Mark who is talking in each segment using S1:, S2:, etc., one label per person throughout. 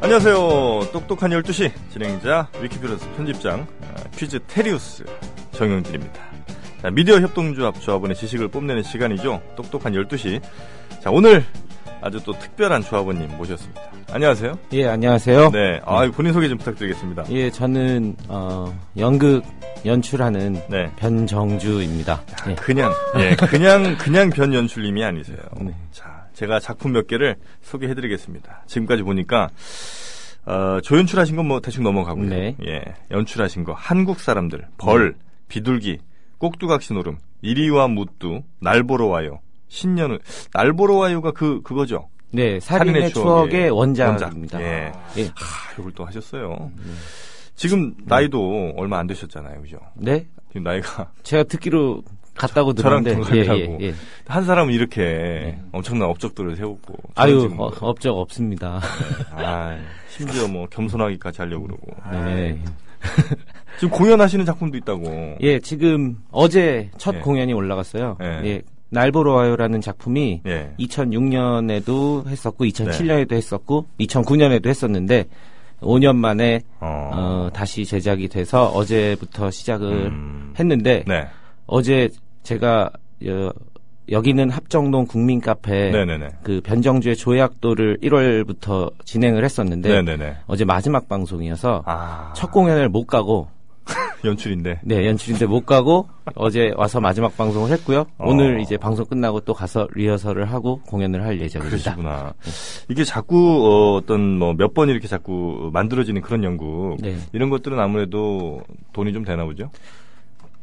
S1: 안녕하세요. 똑똑한 12시 진행자 위키플러스 편집장 아, 퀴즈 테리우스 정영진입니다. 자, 미디어 협동조합 조합원의 지식을 뽐내는 시간이죠. 똑똑한 12시. 자, 오늘 아주 또 특별한 조합원님 모셨습니다. 안녕하세요.
S2: 예, 안녕하세요.
S1: 네. 아, 본인 소개 좀 부탁드리겠습니다.
S2: 예, 저는 어, 연극 연출하는
S1: 네.
S2: 변정주입니다. 예.
S1: 그냥 예, 그냥 그냥 변 연출님이 아니세요.
S2: 네.
S1: 자, 제가 작품 몇 개를 소개해드리겠습니다. 지금까지 보니까 어, 조연출하신 건 뭐 대충 넘어가고요.
S2: 네.
S1: 예, 연출하신 거 한국 사람들, 벌, 비둘기, 꼭두각시노름, 이리와 무뚜, 날 보러 와요, 신년을 날 보러 와요가 그 그거죠.
S2: 네, 살인의 추억의
S1: 예,
S2: 원작입니다.
S1: 예,
S2: 예. 음.
S1: 아, 이걸 또 하셨어요. 지금 나이도 얼마 안 되셨잖아요, 그죠?
S2: 네,
S1: 지금 나이가
S2: 제가 듣기로 갔다고
S1: 저랑
S2: 들었는데, 예,
S1: 동갑이라고. 한 사람은 이렇게 엄청난 업적들을 세웠고 저는
S2: 아유,
S1: 지금 그
S2: 어, 업적 없습니다.
S1: 아, 심지어 뭐 겸손하기까지 하려고 그러고
S2: 네.
S1: 지금 공연하시는 작품도 있다고
S2: 예, 지금 어제 첫
S1: 예.
S2: 공연이 올라갔어요.
S1: 예.
S2: 예, 날 보러 와요라는 작품이
S1: 예.
S2: 2006년에도 했었고, 2007년에도 했었고, 2009년에도 했었는데, 5년 만에
S1: 어.
S2: 어, 다시 제작이 돼서 어제부터 시작을
S1: 음.
S2: 했는데
S1: 네.
S2: 어제 제가 여, 여기는 합정동 국민 카페
S1: 네. 네네네.
S2: 그 변정주의 조약도를 1월부터 진행을 했었는데
S1: 네. 네네
S2: 어제 마지막 방송이어서
S1: 아,
S2: 첫 공연을 못 가고
S1: 연출인데.
S2: 네 연출인데 못 가고 어제 와서 마지막 방송을 했고요
S1: 어.
S2: 오늘 이제 방송 끝나고 또 가서 리허설을 하고 공연을 할 예정입니다. 네.
S1: 그러시구나. 이게 자꾸 어, 어떤 뭐 몇 번 이렇게 자꾸 만들어지는 그런 연구
S2: 네.
S1: 이런 것들은 아무래도 돈이 좀 되나 보죠.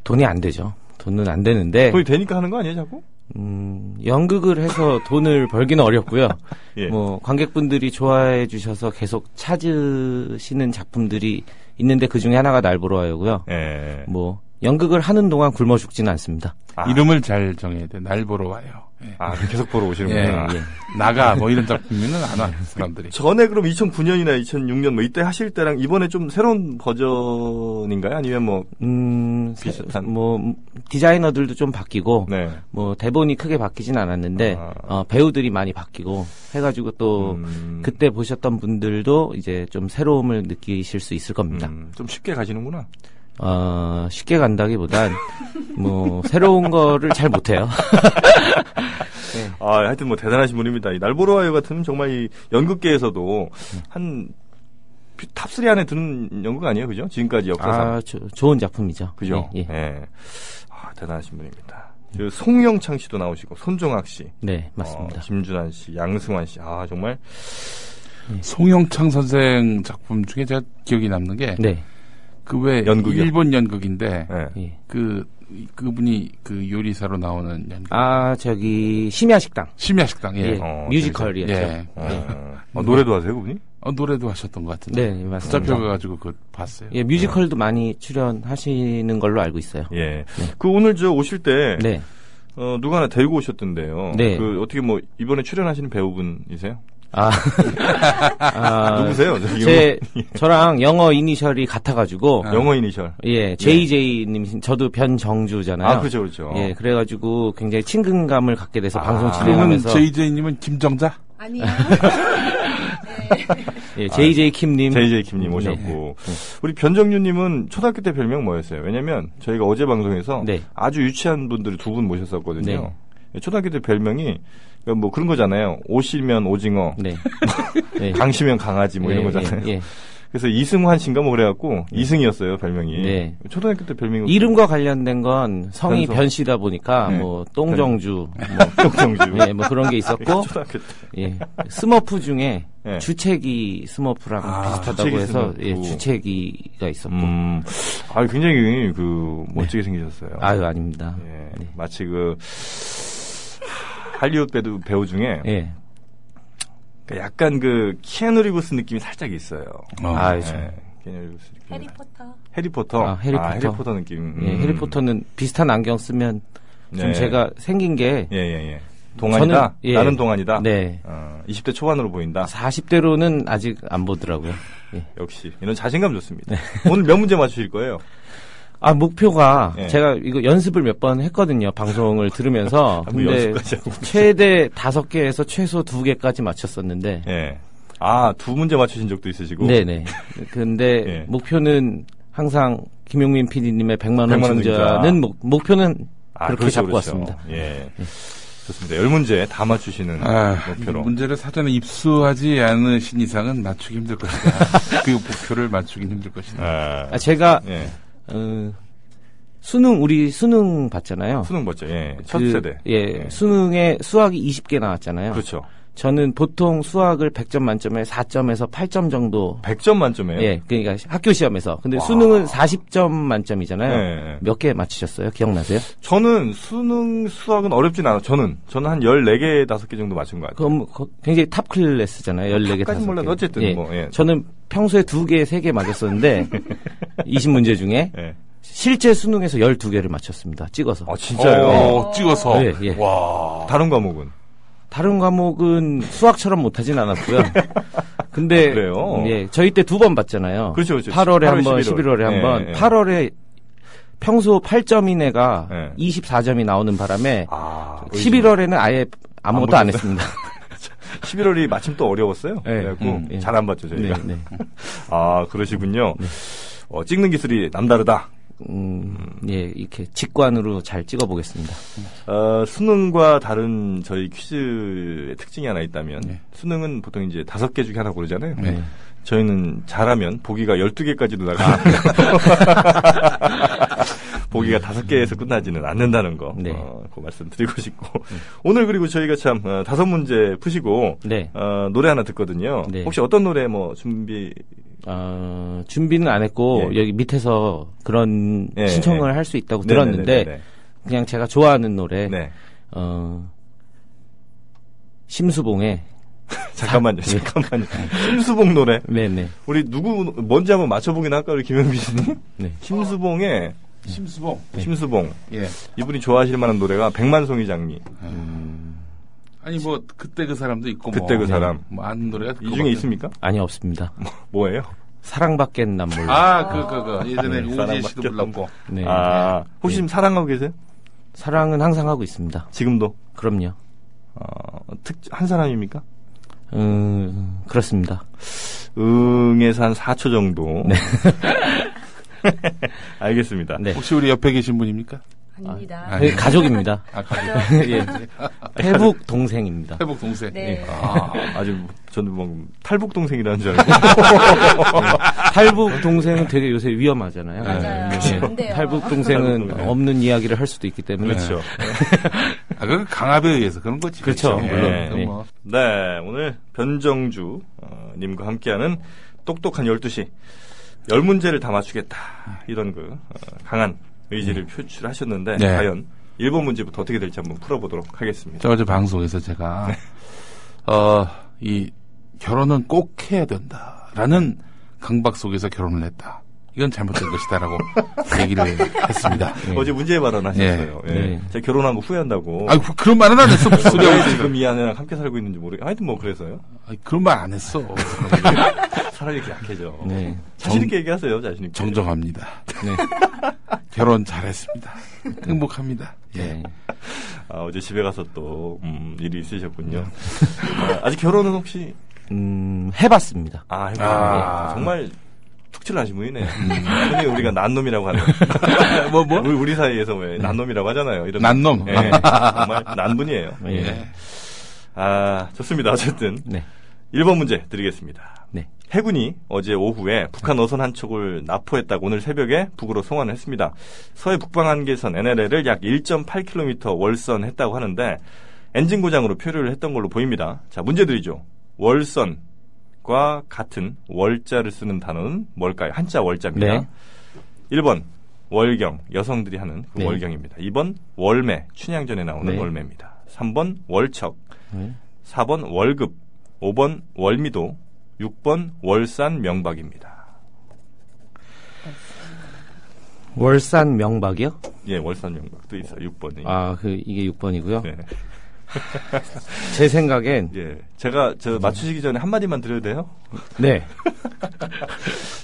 S2: 돈이 안 되죠. 돈은 안 되는데
S1: 돈이 되니까 하는 거 아니에요, 자꾸?
S2: 음, 연극을 해서 돈을 벌기는 어렵고요.
S1: 예.
S2: 뭐 관객분들이 좋아해 주셔서 계속 찾으시는 작품들이 있는데 그 중에 하나가 날 보러 와요고요.
S1: 예.
S2: 뭐 연극을 하는 동안 굶어 죽지는 않습니다.
S1: 아.
S3: 이름을 잘 정해야 돼. 날 보러 와요. 예.
S1: 아, 계속 보러
S3: 예,
S1: 오시는구나.
S3: 예. 나가 뭐 이런 작품이면 안 와. 사람들이.
S1: 전에 그럼 2009년이나 2006년 뭐 이때 하실 때랑 이번에 좀 새로운 버전인가요? 아니면 뭐
S2: 음,
S1: 비슷한.
S2: 세- 뭐 음, 디자이너들도 좀 바뀌고
S1: 네.
S2: 뭐 대본이 크게 바뀌진 않았는데
S1: 아.
S2: 어, 배우들이 많이 바뀌고 해가지고 또
S1: 음.
S2: 그때 보셨던 분들도 이제 좀 새로움을 느끼실 수 있을 겁니다.
S1: 음, 좀 쉽게 가시는구나.
S2: 어, 쉽게 간다기보단 뭐 새로운 거를 잘 못해요.
S1: 아, 하여튼 뭐 대단하신 분입니다. 이 날보러 와요 같은 정말 이 연극계에서도 한 탑3 안에 드는 연극 아니에요? 그죠? 지금까지 역사상.
S2: 아, 조- 좋은 작품이죠.
S1: 그죠?
S2: 예, 예.
S1: 예. 아, 대단하신 분입니다. 그 송영창 씨도 나오시고 손종학 씨,
S2: 네, 맞습니다.
S1: 어, 김준환 씨, 양승환 씨. 아, 정말
S3: 송영창 선생 작품 중에 제가 기억이 남는
S2: 네,
S3: 게 그 왜
S1: 연극이요?
S3: 일본 연극인데
S1: 예.
S2: 예.
S3: 그 그분이 그 요리사로 나오는 연극.
S2: 아, 저기 심야 식당.
S3: 심야 식당 예.
S2: 예,
S1: 어,
S2: 뮤지컬이었죠.
S3: 예.
S1: 어, 아, 노래도 하세요, 그분이?
S3: 어, 노래도 하셨던 것 같은데.
S2: 네, 맞습니다.
S3: 붙잡혀가 가지고 그거 봤어요.
S2: 예, 뮤지컬도 많이 출연하시는 걸로 알고 있어요.
S1: 예. 그 오늘 저 오실 때
S2: 네.
S1: 어, 누가 하나 데리고 오셨던데요.
S2: 네.
S1: 그 어떻게 뭐 이번에 출연하시는 배우분이세요?
S2: 아, 아,
S1: 누구세요? 저
S2: 제 저랑 영어 이니셜이 같아가지고
S1: 영어, 영어 이니셜.
S2: 예, JJ님, 저도 변정주잖아요.
S1: 아, 그렇죠, 그렇죠.
S2: 예, 그래가지고 굉장히 친근감을 갖게 돼서 방송
S3: 그는
S2: 진행하면서
S3: JJ님은 김정자.
S4: 아니요.
S2: 예, JJ 킴님, 네.
S1: JJ 김님 아. 오셨고 우리 변정윤님은 초등학교 때 별명 뭐였어요? 왜냐면 저희가 어제 방송에서
S2: 네.
S1: 아주 유치한 분들을 두 분 모셨었거든요.
S2: 네.
S1: 초등학교 때 별명이 그러니까 뭐 그런 거잖아요. 오시면 오징어,
S2: 네, 네.
S1: 강시면 강아지 뭐 이런
S2: 예,
S1: 거잖아요.
S2: 예, 예.
S1: 그래서 이승환 씨인가 뭐 그래갖고 이승이었어요 별명이.
S2: 네.
S1: 초등학교 때 별명이
S2: 이름과 관련된 건 성이
S1: 변성.
S2: 변씨다 보니까
S1: 네.
S2: 뭐 똥정주,
S1: 정정주.
S2: 예, 뭐 그런 게 있었고,
S1: 초등학교 때.
S2: 예, 스머프 중에
S1: 그렇죠. 네.
S2: 주책이 스머프랑
S1: 아,
S2: 비슷하다고
S1: 주책이
S2: 해서
S1: 스머프.
S2: 예, 주책이가 있었고,
S1: 음, 아 굉장히 그 멋지게 생기셨어요.
S2: 네. 아유 네. 아닙니다.
S1: 예, 마치 그 할리우드 배우, 배우 중에
S2: 예,
S1: 그 약간 그 키아누 리브스 느낌이 살짝 있어요.
S2: 아유 참.
S1: 예, 키아누 리브스 느낌.
S4: 해리포터.
S1: 해리포터.
S2: 아, 해리포터.
S1: 느낌.
S2: 예,
S1: 음.
S2: 해리포터는 비슷한 안경 쓰면 좀
S1: 네.
S2: 제가 생긴 게
S1: 예, 예, 예. 동안이다.
S2: 저는- 예.
S1: 나는 동안이다.
S2: 네.
S1: 어, 20대 초반으로 보인다.
S2: 40대로는 아직 안 보더라고요. 예.
S1: 역시 이런 자신감
S2: 네.
S1: 좋습니다. 오늘 몇 문제 맞추실 거예요?
S2: 아 목표가
S1: 예.
S2: 제가 이거 연습을 몇 번 했거든요 방송을 들으면서
S1: 아, 뭐
S2: 근데
S1: 연습까지 하고
S2: 최대 다섯 개에서 최소 두 개까지 맞췄었는데
S1: 예. 아, 두 문제 맞추신 적도 있으시고.
S2: 네네. 근데
S1: 예.
S2: 목표는 항상 김용민 PD님의 100만
S1: 100만
S2: 원
S1: 원
S2: 증자는 목, 목표는 그렇게
S1: 아, 그러시죠,
S2: 잡고
S1: 그러시죠.
S2: 왔습니다.
S1: 예. 좋습니다. 열 문제 다 맞추시는
S3: 아,
S1: 목표로.
S3: 문제를 사전에 입수하지 않으신 이상은 맞추기 힘들 것이다. 그 목표를 맞추기 힘들 것이다.
S1: 아,
S2: 아, 제가
S1: 예.
S2: 어, 수능 우리 수능 봤잖아요.
S1: 수능 봤죠. 예. 첫
S2: 그,
S1: 세대.
S2: 예, 수능에 수학이 20개 나왔잖아요.
S1: 그렇죠.
S2: 저는 보통 수학을 100점 만점에 4점에서 8점 정도
S1: 100점 만점에.
S2: 예, 그러니까 학교 시험에서. 근데 수능은 40점 만점이잖아요.
S1: 예, 예.
S2: 몇 개 맞추셨어요? 기억나세요?
S1: 저는 수능 수학은 어렵진 않아. 저는 저는 한 14개 5개 정도 맞춘 것 같아요.
S2: 그건 뭐 거- 굉장히 탑 클래스잖아요. 14개,
S1: 뭐 탑까지
S2: 5개.
S1: 몰라도 어쨌든 뭐, 예.
S2: 저는 평소에 2개, 3개 맞았었는데 20문제 중에
S1: 예.
S2: 실제 수능에서 12개를 맞췄습니다. 그- 찍어서.
S1: 아, 진짜요?
S3: 어, 찍어서.
S2: 예, 예.
S3: 와.
S1: 다른 과목은
S2: 다른 과목은 수학처럼 못하진 않았고요. 근데
S1: 아, 그래요?
S2: 예, 저희 때 두 번 봤잖아요.
S1: 그렇죠, 그렇죠. 8월,
S2: 8월에 한 번,
S1: 11월.
S2: 11월. 에한
S1: 예,
S2: 번.
S1: 예.
S2: 8월에 평소 8점인 애가
S1: 예.
S2: 24점이 나오는 바람에
S1: 아,
S2: 11월에는 아예 아무것도 안 했습니다.
S1: 11월이 마침 또 어려웠어요.
S2: 예.
S1: 그래갖고
S2: 음, 예.
S1: 잘 안 봤죠,
S2: 네,
S1: 저희가.
S2: 네.
S1: 아, 그러시군요. 어, 찍는 기술이 남다르다.
S2: 음, 예, 이렇게 직관으로 잘 찍어 보겠습니다.
S1: 어, 수능과 다른 저희 퀴즈의 특징이 하나 있다면
S2: 네.
S1: 수능은 보통 이제 다섯 개 중에 하나 고르잖아요.
S3: 네.
S1: 저희는 잘하면 보기가 12개까지도
S2: 아, 네.
S1: 나가요. 보기가 다섯 개에서 끝나지는 않는다는 거.
S2: 네.
S1: 어, 그 말씀 드리고 싶고. 오늘 그리고 저희가 참 어, 다섯 문제 푸시고
S2: 네.
S1: 어, 노래 하나 듣거든요.
S2: 네.
S1: 혹시 어떤 노래 뭐 준비
S2: 어, 준비는 안 했고
S1: 예.
S2: 여기 밑에서 그런
S1: 예,
S2: 신청을
S1: 예.
S2: 할 수 있다고
S1: 네네네네.
S2: 어, 들었는데 그냥 제가 좋아하는 노래
S1: 네.
S2: 어, 심수봉의
S1: 잠깐만요.
S2: 네.
S1: 잠깐만요. 심수봉 노래.
S2: 네네
S1: 우리 누구 뭔지 한번 맞춰보긴 할까 우리 김현빈 씨님.
S2: 네.
S1: 심수봉의
S3: 어. 심수봉.
S1: 심수봉
S3: 예.
S1: 이분이 좋아하실 만한 노래가 백만송이 장미
S3: 아니, 뭐, 그때 그 사람도 있고,
S1: 그때
S3: 뭐.
S1: 그 사람.
S3: 뭐, 아는 노래가.
S1: 이
S3: 그거거든.
S1: 중에 있습니까?
S2: 아니 없습니다.
S1: 뭐예요?
S2: 사랑밖엔 난 몰라.
S3: 아, 그, 그, 그. 예전에
S1: 네,
S3: 오지혜
S1: 사람
S3: 씨도
S1: 맞죠.
S3: 불렀고.
S2: 네.
S1: 아 혹시 지금 사랑하고 계세요?
S2: 사랑은 항상 하고 있습니다.
S1: 지금도
S2: 그럼요.
S1: 어, 특 한 사람입니까?
S2: 음, 그렇습니다.
S1: 응에서 한 4초 정도. 알겠습니다.
S2: 네.
S3: 혹시 우리 옆에 계신 분입니까?
S4: 아닙니다.
S3: 아,
S2: 저희 가족입니다.
S3: 아, 가족.
S2: 예. 태북 동생입니다.
S3: 회복 동생.
S1: 예.
S4: 네.
S3: 아,
S1: 아주 저는 뭐 탈북 동생이라는 줄 알고.
S2: 탈북 동생은 되게 요새 위험하잖아요.
S4: 맞아요.
S2: 예.
S4: 안 돼요.
S2: 탈북 동생은
S1: 탈북 네. 동생.
S2: 없는 이야기를 할 수도 있기 때문에
S1: 그렇죠.
S3: 아, 그 강압에 의해서 그런 거지.
S2: 그렇죠,
S3: 그치?
S2: 물론.
S3: 예, 그건 뭐.
S1: 네, 오늘 변정주 어, 님과 함께하는 똑똑한 12시 열문제를다 맞추겠다. 이런 그 어, 강한 의지를 표출하셨는데
S3: 네.
S1: 과연 일번 문제부터 어떻게 될지 한번 풀어보도록 하겠습니다.
S3: 저 어제 방송에서 제가
S1: 네.
S3: 어, 이 결혼은 꼭 해야 된다라는 강박 속에서 결혼을 했다. 이건 잘못된 것이다라고 얘기를 했습니다.
S1: 어제 문제 발언하셨어요. 예.
S2: 네. 네.
S1: 제가 결혼한 거 후회한다고.
S3: 아, 그- 그런 말은 안 했어. 무슨 소리
S1: 왜
S3: 하고 지금.
S1: 지금 이 아내랑 함께 살고 있는지 모르. 하여튼 뭐 그래서요.
S3: 아니, 그런 말 안 했어.
S1: 사람이 이렇게 약해져.
S2: 네.
S1: 자신 있게 얘기하세요. 자신 있게.
S3: 정정합니다. 네. 결혼 잘했습니다. 행복합니다. 예.
S2: 네.
S1: 아, 어제 집에 가서 또 음, 일이 있으셨군요. 아, 아직 결혼은 혹시
S2: 음, 해봤습니다.
S1: 아, 해보셨네.
S3: 아. 음.
S1: 정말 툭칠하신 분이네. 흔히 우리가 난놈이라고 하는.
S3: 뭐 뭐?
S1: 우리, 우리 사이에서 왜 난놈이라고 하잖아요. 이런.
S3: 난놈.
S1: 예, 정말 난분이에요.
S2: 예.
S3: 예.
S1: 아, 좋습니다. 어쨌든.
S2: 네.
S1: 1번 문제 드리겠습니다.
S2: 네.
S1: 해군이 어제 오후에 북한 어선 한 척을 납포했다고 오늘 새벽에 북으로 송환을 했습니다. 서해 북방 한계선 NLL을 약 1.8km 월선했다고 하는데 엔진 고장으로 표류를 했던 걸로 보입니다. 자, 문제 드리죠. 월선과 같은 월자를 쓰는 단어는 뭘까요? 한자 월자입니다.
S2: 네.
S1: 1번 월경, 여성들이 하는 그
S2: 네.
S1: 월경입니다. 2번 월매, 춘향전에 나오는
S2: 네.
S1: 월매입니다. 3번 월척,
S2: 네.
S1: 4번 월급, 5번 월미도, 6번 월산 명박입니다.
S2: 월산 명박이요?
S1: 예, 월산 명박도 있어요. 6번이.
S2: 아, 그 이게 6번이고요.
S1: 예. 네.
S2: 제 생각엔
S1: 예. 제가 저 맞추시기 전에 한마디만 드려도 돼요?
S2: 네.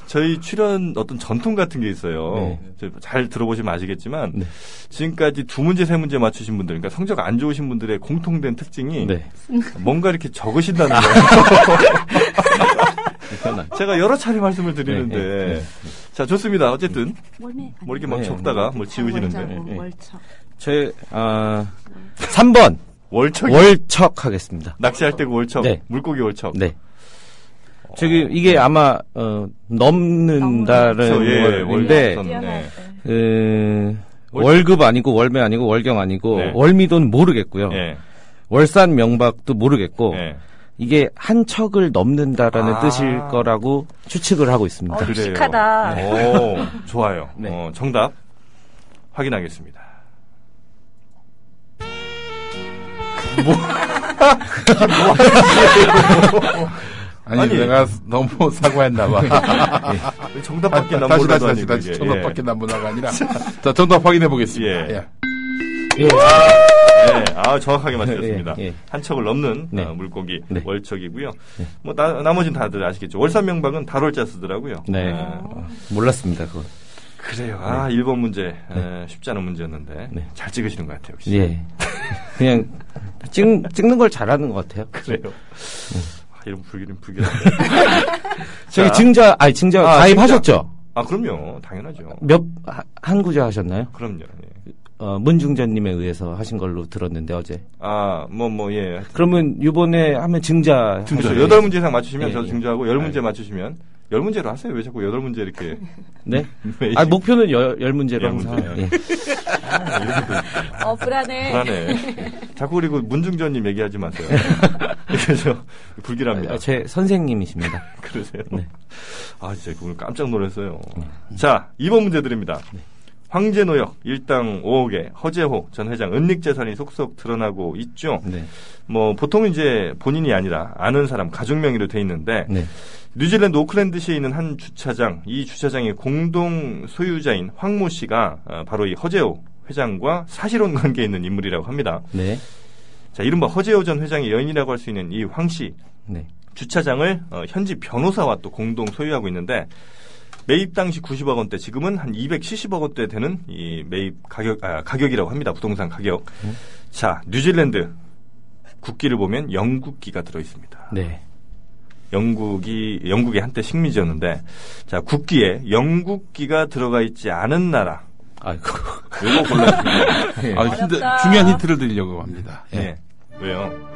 S1: 저희 출연 어떤 전통 같은 게 있어요.
S2: 네.
S1: 저잘 들어보시면 아시겠지만
S2: 네.
S1: 지금까지 두 문제 세 문제 맞추신 분들, 그러니까 성적 안 예. 좋으신 분들의 공통된 특징이
S2: 네.
S1: 뭔가 이렇게 적으신다는 거예요.
S2: 편하게.
S1: 제가 여러 차례 말씀을 드리는데.
S2: 네, 네,
S1: 자, 좋습니다. 어쨌든,
S4: 몰매 아니에요?
S1: 뭐 이렇게 막
S2: 네,
S1: 적다가
S2: 뭐
S1: 뭘 지우시는데.
S4: 월자고,
S2: 예, 예.
S4: 월척.
S2: 제, 아, 3번.
S1: 월척.
S2: 월척 하겠습니다.
S1: 낚시할 때고 월척.
S2: 네.
S1: 물고기 월척.
S2: 네. 저기, 이게 아마, 어, 넘는다는
S1: 그래서, 예,
S2: 월인데,
S1: 월척. 네.
S4: 뛰어날 때.
S2: 그,
S1: 월-
S2: 월급 아니고 월매 아니고 월경 아니고
S1: 네.
S2: 월미돈 모르겠고요.
S1: 예.
S2: 월산 명박도 모르겠고
S1: 예.
S2: 이게 한 척을 넘는다라는
S1: 아.
S2: 뜻일 거라고 추측을 하고 있습니다.
S4: 어,
S1: 그래요.
S4: 씩하다.
S1: 오, 좋아요.
S2: 네.
S1: 어, 정답 확인하겠습니다.
S3: 아니,
S1: 아니.
S3: 내가 너무 사과했나봐.
S1: 아, 정답
S3: 다시,
S1: 밖에
S3: 다시,
S1: 남보라도
S3: 다시, 다시,
S1: 아니고
S3: 다시.
S1: 이게.
S3: 정답
S1: 예.
S3: 밖에 남보다가 아니라. 자, 정답 확인해 보겠습니다.
S1: 예.
S3: 예.
S1: 네, 아 정확하게 맞추셨습니다.
S2: 예, 예.
S1: 한 척을 넘는
S2: 네.
S1: 어, 물고기
S2: 네.
S1: 월척이고요. 뭐 나, 나머진 다들 아시겠죠. 월산명박은 달월자 쓰더라고요.
S2: 네.
S1: 아,
S2: 몰랐습니다. 그건.
S1: 그래요. 아 1번 문제 에, 쉽지 않은 문제였는데
S2: 네.
S1: 잘 찍으시는 것 같아요. 역시.
S2: 예. 그냥 찍, 찍는 걸 잘하는 것 같아요.
S1: 그래요.
S2: 네.
S1: 아, 이런 불길은 불길.
S2: 저기
S1: 자.
S2: 증자 아니 증자
S1: 아,
S2: 가입하셨죠?
S1: 아 그럼요. 당연하죠.
S2: 몇 한 구자 하셨나요?
S1: 그럼요. 예.
S2: 어, 문중전님에 의해서 하신 걸로 들었는데 어제.
S1: 아뭐 뭐 예.
S2: 그러면 이번에 하면 증자.
S1: 그렇죠.
S2: 하셔야
S1: 여덟 문제 이상 맞추시면
S2: 예,
S1: 저도
S2: 예.
S1: 중저하고 열 문제 맞추시면 열 문제로 하세요. 왜 자꾸 여덟 문제 이렇게
S2: 네.
S1: 왜
S2: 아 목표는 열, 열 문제로
S1: 열
S2: 항상.
S1: 문제요.
S2: 예.
S4: 어, 불안해.
S2: 네.
S1: 불안해. 자꾸 그리고 문중전님 얘기하지 마세요. 그래서 불길합니다.
S2: 아, 제 선생님이십니다.
S1: 그러세요. 아 진짜 오늘 깜짝 놀랐어요. 자, 2번 문제 드립니다. 황제 노역 일당 5억에 허재호 전 회장 은닉 재산이 속속 드러나고 있죠.
S2: 네.
S1: 뭐 보통 이제 본인이 아니라 아는 사람 가족 명의로 돼 있는데
S2: 네.
S1: 뉴질랜드 오클랜드시에 있는 한 주차장, 이 주차장의 공동 소유자인 황모 씨가 아, 바로 이 허재호 회장과 사실혼 관계에 있는 인물이라고 합니다.
S2: 네.
S1: 자, 이른바 허재호 전 회장의 여인이라고 할 수 있는 이 황 씨,
S2: 네.
S1: 주차장을 어, 현지 변호사와 또 공동 소유하고 있는데 매입 당시 90억 원대, 지금은 한 270억 원대 되는 이 매입 가격 아, 가격이라고 합니다. 부동산 가격.
S2: 네.
S1: 자, 뉴질랜드 국기를 보면 영국기가 들어 있습니다.
S2: 네.
S1: 영국이 영국의 한때 식민지였는데 자, 국기에 영국기가 들어가 있지 않은 나라.
S2: 아이고.
S1: 요거 골랐습니다.
S3: 아, 힌트,
S4: 어렵다.
S3: 중요한 힌트를 드리려고 합니다.
S2: 네.
S3: 예.
S1: 예. 왜요?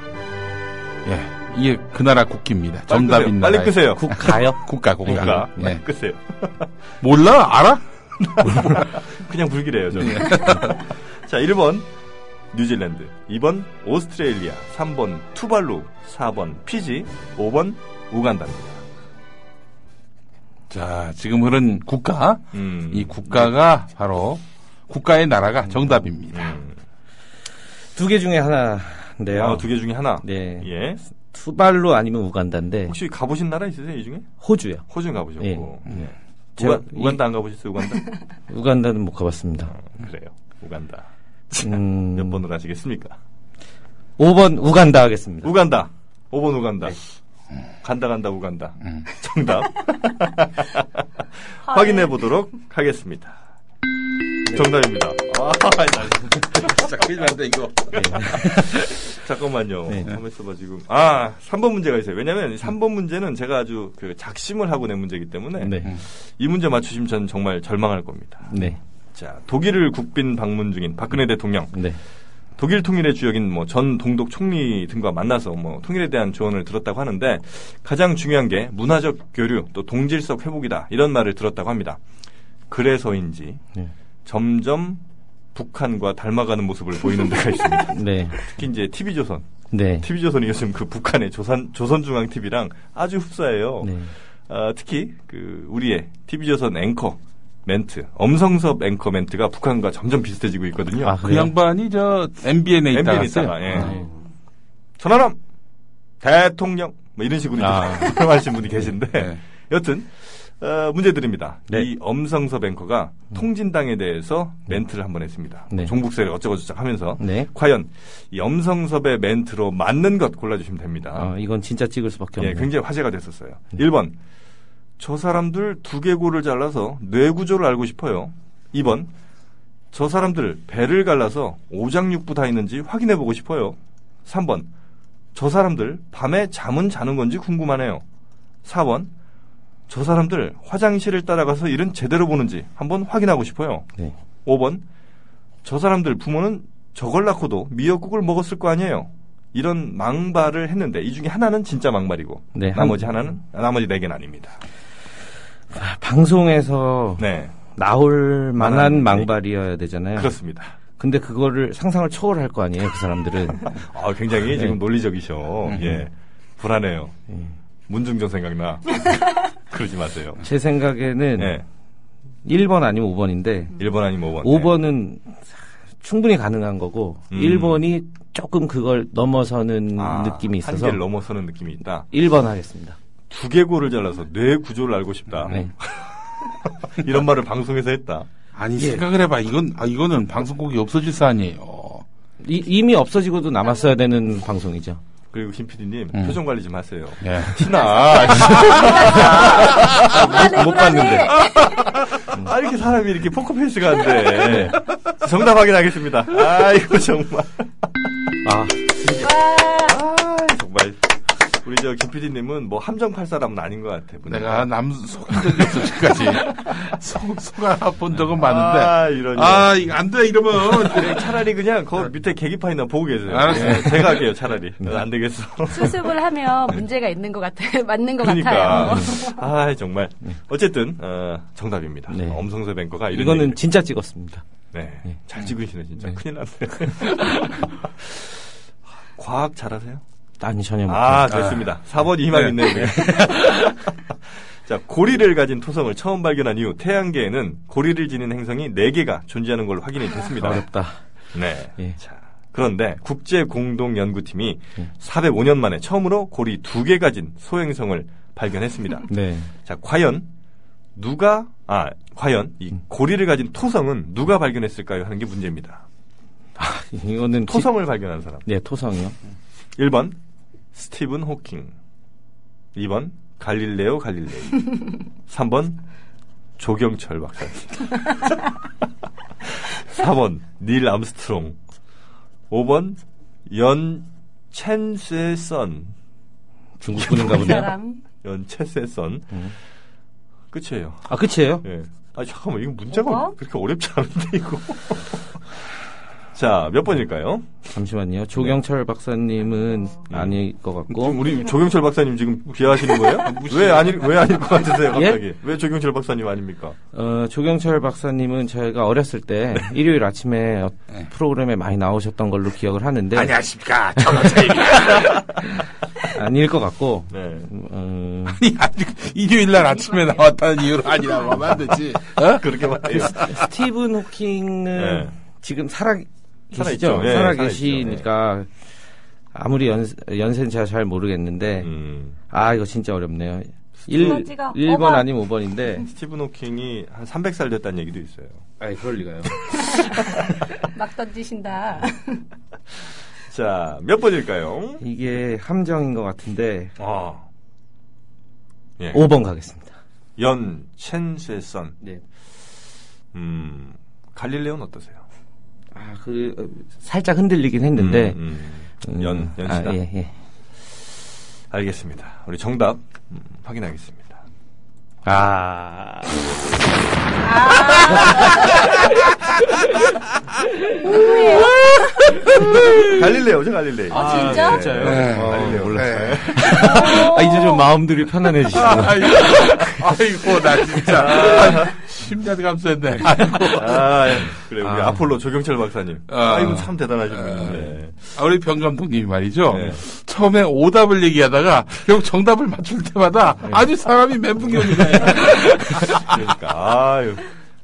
S3: 예. 이게 그 나라 국기입니다.
S1: 빨리 끄세요.
S3: 정답입니다.
S1: 빨리 끄세요.
S2: 국가요? 네.
S3: 국가, 국가.
S1: 그러니까
S3: 예.
S1: 빨리 끄세요.
S3: 몰라? 알아?
S1: 그냥 불길해요,
S2: 네.
S1: 저는. 자, 1번 뉴질랜드, 2번 오스트레일리아, 3번 투발루, 4번 피지, 5번 우간다입니다.
S3: 자, 지금 흐른 국가.
S1: 음.
S3: 이 국가가 바로 국가의 나라가
S1: 아, 음.
S3: 정답입니다.
S2: 두 개 중에 하나인데요.
S1: 아, 두 개 중에 하나.
S2: 네.
S1: 예.
S2: 투발루 아니면 우간다인데
S1: 혹시 가보신 나라 있으세요, 이 중에?
S2: 호주요.
S1: 호주 가보셨고.
S2: 예.
S1: 예.
S2: 제가
S1: 우간, 우간다 안 가보셨어요, 우간다?
S2: 우간다는 못 가봤습니다.
S1: 그래요. 우간다.
S2: 음,
S1: 몇 번으로 하시겠습니까?
S2: 5번 우간다 하겠습니다.
S1: 우간다. 5번 우간다.
S2: 네.
S1: 간다 간다 우간다.
S2: 음.
S1: 정답. 확인해 보도록 하겠습니다.
S2: 네.
S1: 정답입니다. 아,
S3: 진짜 큰일 난다, 이거.
S1: 잠깐만요.
S2: 네.
S1: 한번 써봐 지금. 아, 3번 문제가 있어요. 왜냐면 3번 문제는 제가 아주 그 작심을 하고 낸 문제이기 때문에
S2: 네.
S1: 이 문제 맞추시면 저는 정말 절망할 겁니다.
S2: 네.
S1: 자, 독일을 국빈 방문 중인 박근혜 대통령.
S2: 네.
S1: 독일 통일의 주역인 뭐 전 동독 총리 등과 만나서 뭐 통일에 대한 조언을 들었다고 하는데 가장 중요한 게 문화적 교류 또 동질적 회복이다 이런 말을 들었다고 합니다. 그래서인지
S2: 네.
S1: 점점 북한과 닮아가는 모습을 보이는 데가 있습니다.
S2: 네.
S1: 특히 이제 TV 조선,
S2: 네.
S1: TV 조선이 요즘 그 북한의 조선 조선중앙 TV랑 아주 흡사해요.
S2: 네.
S1: 아, 특히 그 우리의 TV 조선 앵커 멘트 엄성섭 앵커 멘트가 북한과 점점 비슷해지고 있거든요.
S2: 아,
S3: 그
S2: 그래요?
S3: 양반이 저 MBN에
S1: MBN
S3: 있다
S1: 에
S3: 갔어요.
S1: 있다가, 예.
S3: 어.
S2: 네.
S1: 천하람 대통령 뭐 이런 식으로
S2: 아.
S1: 이제 말씀하신 분이 계신데
S3: 네.
S1: 여튼 어, 문제 드립니다.
S2: 네. 음.
S1: 이 엄성서 뱅커가 통진당에 대해서 멘트를 한번 했습니다.
S2: 네.
S1: 종북세를 어쩌고저쩌고 하면서
S2: 네.
S1: 과연 이 엄성섭의 멘트로 맞는 것 골라주시면 됩니다.
S2: 아, 이건 진짜 찍을 수밖에
S1: 예,
S2: 없네요.
S1: 굉장히 화제가 됐었어요. 1번 저 사람들 두개골을 잘라서 뇌구조를 알고 싶어요. 2번 저 사람들 배를 갈라서 오장육부 다 있는지 확인해 보고 싶어요. 3번 저 사람들 밤에 잠은 자는 건지 궁금하네요. 4번 저 사람들 화장실을 따라가서 일은 제대로 보는지 한번 확인하고 싶어요.
S2: 네.
S1: 5번 저 사람들 부모는 저걸 낳고도 미역국을 먹었을 거 아니에요. 이런 망발을 했는데 이 중에 하나는 진짜 망발이고
S2: 네,
S1: 나머지 하나는 나머지 네 개는 아닙니다.
S2: 아, 방송에서
S1: 네
S2: 나올
S1: 만한
S2: 만한 망발이어야 되잖아요.
S1: 그렇습니다.
S2: 근데 그거를 상상을 초월할 거 아니에요, 그 사람들은.
S1: 아 굉장히
S2: 네.
S1: 지금 논리적이셔.
S2: 음.
S1: 예 불안해요.
S2: 예.
S1: 문중전 생각나. 그러지 마세요.
S2: 제 생각에는
S1: 예
S2: 1번 아니면 5번인데
S1: 1번 아니면 5번.
S2: 5번은 충분히 가능한 거고
S1: 음.
S2: 1번이 조금 그걸 넘어서는
S1: 아,
S2: 음, 느낌이 있어서
S1: 한계를 넘어서는 느낌이 있다.
S2: 1번 하겠습니다.
S1: 두 개골을 잘라서 뇌 구조를 알고 싶다.
S2: 네.
S1: 이런 말을 방송에서 했다.
S3: 아니 생각을 해봐. 이건 아, 이거는 방송국이 없어질 사안이에요.
S2: 이, 미 없어지고도 남았어야 되는 방송이죠.
S1: 그리고 신 PD님
S3: 음.
S1: 표정 관리 좀 하세요.
S3: 예.
S1: 티나
S4: 불안해,
S1: 못
S4: 아, 불안해.
S1: 봤는데. 아 이렇게 사람이 이렇게 포커페이스가 안 돼. 네. 정답 확인하겠습니다. 아 이거 정말.
S2: 아,
S1: 아 정말. 우리 저 김PD님은 뭐 함정팔 사람은 아닌 것 같아. 분위기가.
S3: 내가 남 속인 적이 없어 지금까지 속 속아 본 적은 많은데
S1: 아 이런.
S3: 아 이거 안 돼 이러면
S1: 네, 차라리 그냥 거 밑에 계기판이나 보고 계세요.
S3: 알았어요. 네.
S1: 예, 제가 할게요 차라리. 안 되겠어.
S4: 수습을 하면 문제가 있는 것 같아요. 맞는 것
S1: 그러니까.
S4: 같아요.
S3: 네.
S1: 아 정말. 어쨌든 어, 정답입니다.
S2: 네.
S1: 엄성세 뱅커가 이런
S2: 이거는
S1: 얘기를-
S2: 진짜 찍었습니다.
S1: 네.
S2: 네.
S1: 잘 찍으시네, 진짜.
S2: 네.
S1: 큰일 났네. 과학 잘하세요?
S2: 아니 전혀 못.
S1: 아, 됐습니다. 4번이 희망이
S3: 네.
S1: 있네요. 우리. 자, 고리를 가진 토성을 처음 발견한 이후 태양계에는 고리를 지닌 행성이 4개가 존재하는 걸로 확인이 됐습니다.
S2: 어렵다.
S1: 네.
S2: 예.
S1: 자, 그런데 국제공동연구팀이 405년 만에 처음으로 고리 2개 가진 소행성을 발견했습니다.
S2: 네.
S1: 자, 과연 누가 아, 과연 이 고리를 가진 토성은 누가 발견했을까요? 하는 게 문제입니다.
S2: 아, 이거는 지-
S1: 토성을 발견한 사람.
S2: 네 토성이요.
S1: 1번 스티븐 호킹. 2번 갈릴레오 갈릴레이. 3번 조경철 박사. 4번 닐 암스트롱. 5번 연 첸세선.
S2: 중국 분인가
S4: 그
S2: 보네요.
S4: 사람.
S1: 연 첸세선. 끝이에요.
S2: 아 끝이에요?
S1: 예. 아 잠깐만 이거 문제가
S4: 어머?
S1: 그렇게 어렵지 않은데 이거. 자, 몇 번일까요?
S2: 잠시만요. 조경철 박사님은 아닐 것 같고.
S1: 지금 우리 조경철 박사님 지금 비하하시는 거예요? 왜 아닐 왜 아닐 것 같으세요, 갑자기? 왜 조경철 박사님 아닙니까?
S2: 어, 조경철 박사님은 저희가 어렸을
S1: 네.
S2: 때 일요일 아침에 어- 프로그램에 많이 나오셨던 걸로 기억을
S3: 예.
S2: 하는데
S3: 안녕하십니까 정원사입니다.
S2: 아닐 것 같고
S1: 네.
S2: 어,
S3: 아니 아직 일요일 날 아침에 나왔다는 이유로 아니라고 하면 안 되지. 어?
S1: 그렇게 말해요.
S2: 스티븐 호킹은
S1: 네.
S2: 지금 살아
S1: 살아있죠.
S2: 계시죠?
S1: 예,
S2: 살아
S1: 살아있죠.
S2: 계시니까 아무리 연 연세는 제가 잘 모르겠는데
S1: 음,
S2: 아 이거 진짜 어렵네요. 1,
S4: 스티븐 호킹.
S2: 일번
S4: 어머.
S2: 아니면 5번인데
S4: 음.
S1: 스티븐 호킹이 한 300살 됐다는 얘기도 있어요.
S2: 아니 그럴 리가요.
S4: 막 던지신다.
S1: 자, 몇 번일까요?
S2: 이게 함정인 것 같은데
S1: 아. 예.
S2: 5번 가겠습니다.
S1: 연 첸세선.
S2: 네.
S1: 음. 갈릴레오는 어떠세요?
S2: 아, 그 어, 살짝 흔들리긴 했는데
S1: 음, 음.
S2: 음,
S1: 연 연시다.
S2: 아, 예, 예.
S1: 알겠습니다. 우리 정답 음, 확인하겠습니다.
S2: 아,
S1: 갈릴레오죠, 갈릴레이.
S4: 진짜?
S1: 진짜요?
S3: 네.
S1: 갈릴레오.
S3: 몰랐어요.
S2: 아, 이제 좀 마음들이 편안해지시네요.
S3: 아이고, 아이고 나 진짜 심장 감수했네. 아이고.
S1: 아, 예. 그래 우리
S2: 아.
S1: 아. 폴로 조경철 박사님.
S3: 아.
S1: 아, 이분 참 대단하신 네. 분인데.
S3: 아, 우리 병 감독님이 말이죠.
S1: 네.
S3: 처음에 오답을 얘기하다가 결국 정답을 맞출 때마다
S2: 네.
S3: 아주 사람이 멘붕이 옵니다.
S1: 그러니까 아유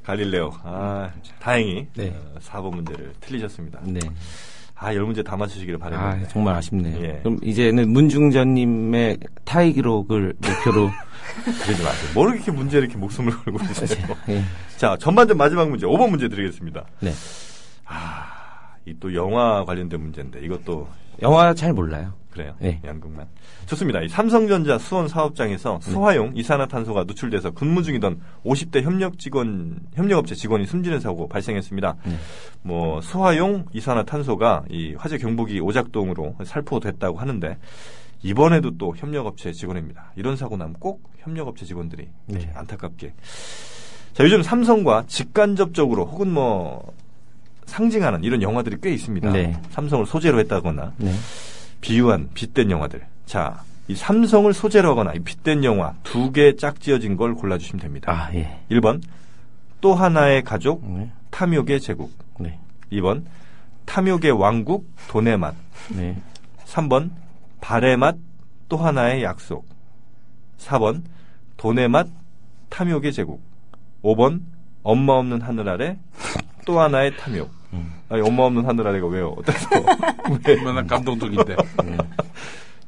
S1: 갈릴레오. 아, 다행히
S2: 네.
S1: 어, 4번 문제를 틀리셨습니다.
S2: 네.
S1: 아, 열 문제 다 맞추시기를
S2: 아,
S1: 바랍니다.
S2: 정말 아쉽네요.
S1: 예.
S2: 그럼 이제는 문중전님의 타이 기록을 목표로.
S1: 네. 그러지 마세요. 뭘 이렇게 문제 이렇게 목숨을 걸고 계세요.
S2: 예.
S1: 자, 전반전 마지막 문제 5번 문제 드리겠습니다.
S2: 네.
S1: 이 또 영화 관련된 문제인데 이것도
S2: 영화 잘 몰라요.
S1: 그래요.
S2: 네.
S1: 양극만. 좋습니다. 이 삼성전자 수원 사업장에서
S2: 네.
S1: 수화용 이산화탄소가 누출돼서 근무 중이던 50대 협력 직원 협력업체 직원이 숨지는 사고 발생했습니다.
S2: 네.
S1: 뭐 수화용 이산화탄소가 이 화재 경보기 오작동으로 살포됐다고 하는데 이번에도 또 협력업체 직원입니다. 이런 사고 나면 꼭 협력업체 직원들이 이렇게
S2: 네.
S1: 안타깝게. 자, 요즘 삼성과 직간접적으로 혹은 뭐 상징하는 이런 영화들이 꽤 있습니다.
S2: 네.
S1: 삼성을 소재로 했다거나
S2: 네.
S1: 비유한 빗댄 영화들. 자, 이 삼성을 소재로 하거나 이 빗댄 영화 두 개 짝지어진 걸 골라주시면 됩니다.
S2: 아, 예.
S1: 1번 또 하나의 가족
S2: 네.
S1: 탐욕의 제국
S2: 네.
S1: 2번 탐욕의 왕국 돈의 맛
S2: 네.
S1: 3번 발의 맛, 또 하나의 약속. 4번 돈의 맛, 탐욕의 제국. 5번 엄마 없는 하늘 아래, 또 하나의 탐욕. 아니, 엄마 없는 하늘 아래가 왜요? 어때서?
S2: 네.
S1: 왜?
S3: 얼마나 감동적인데.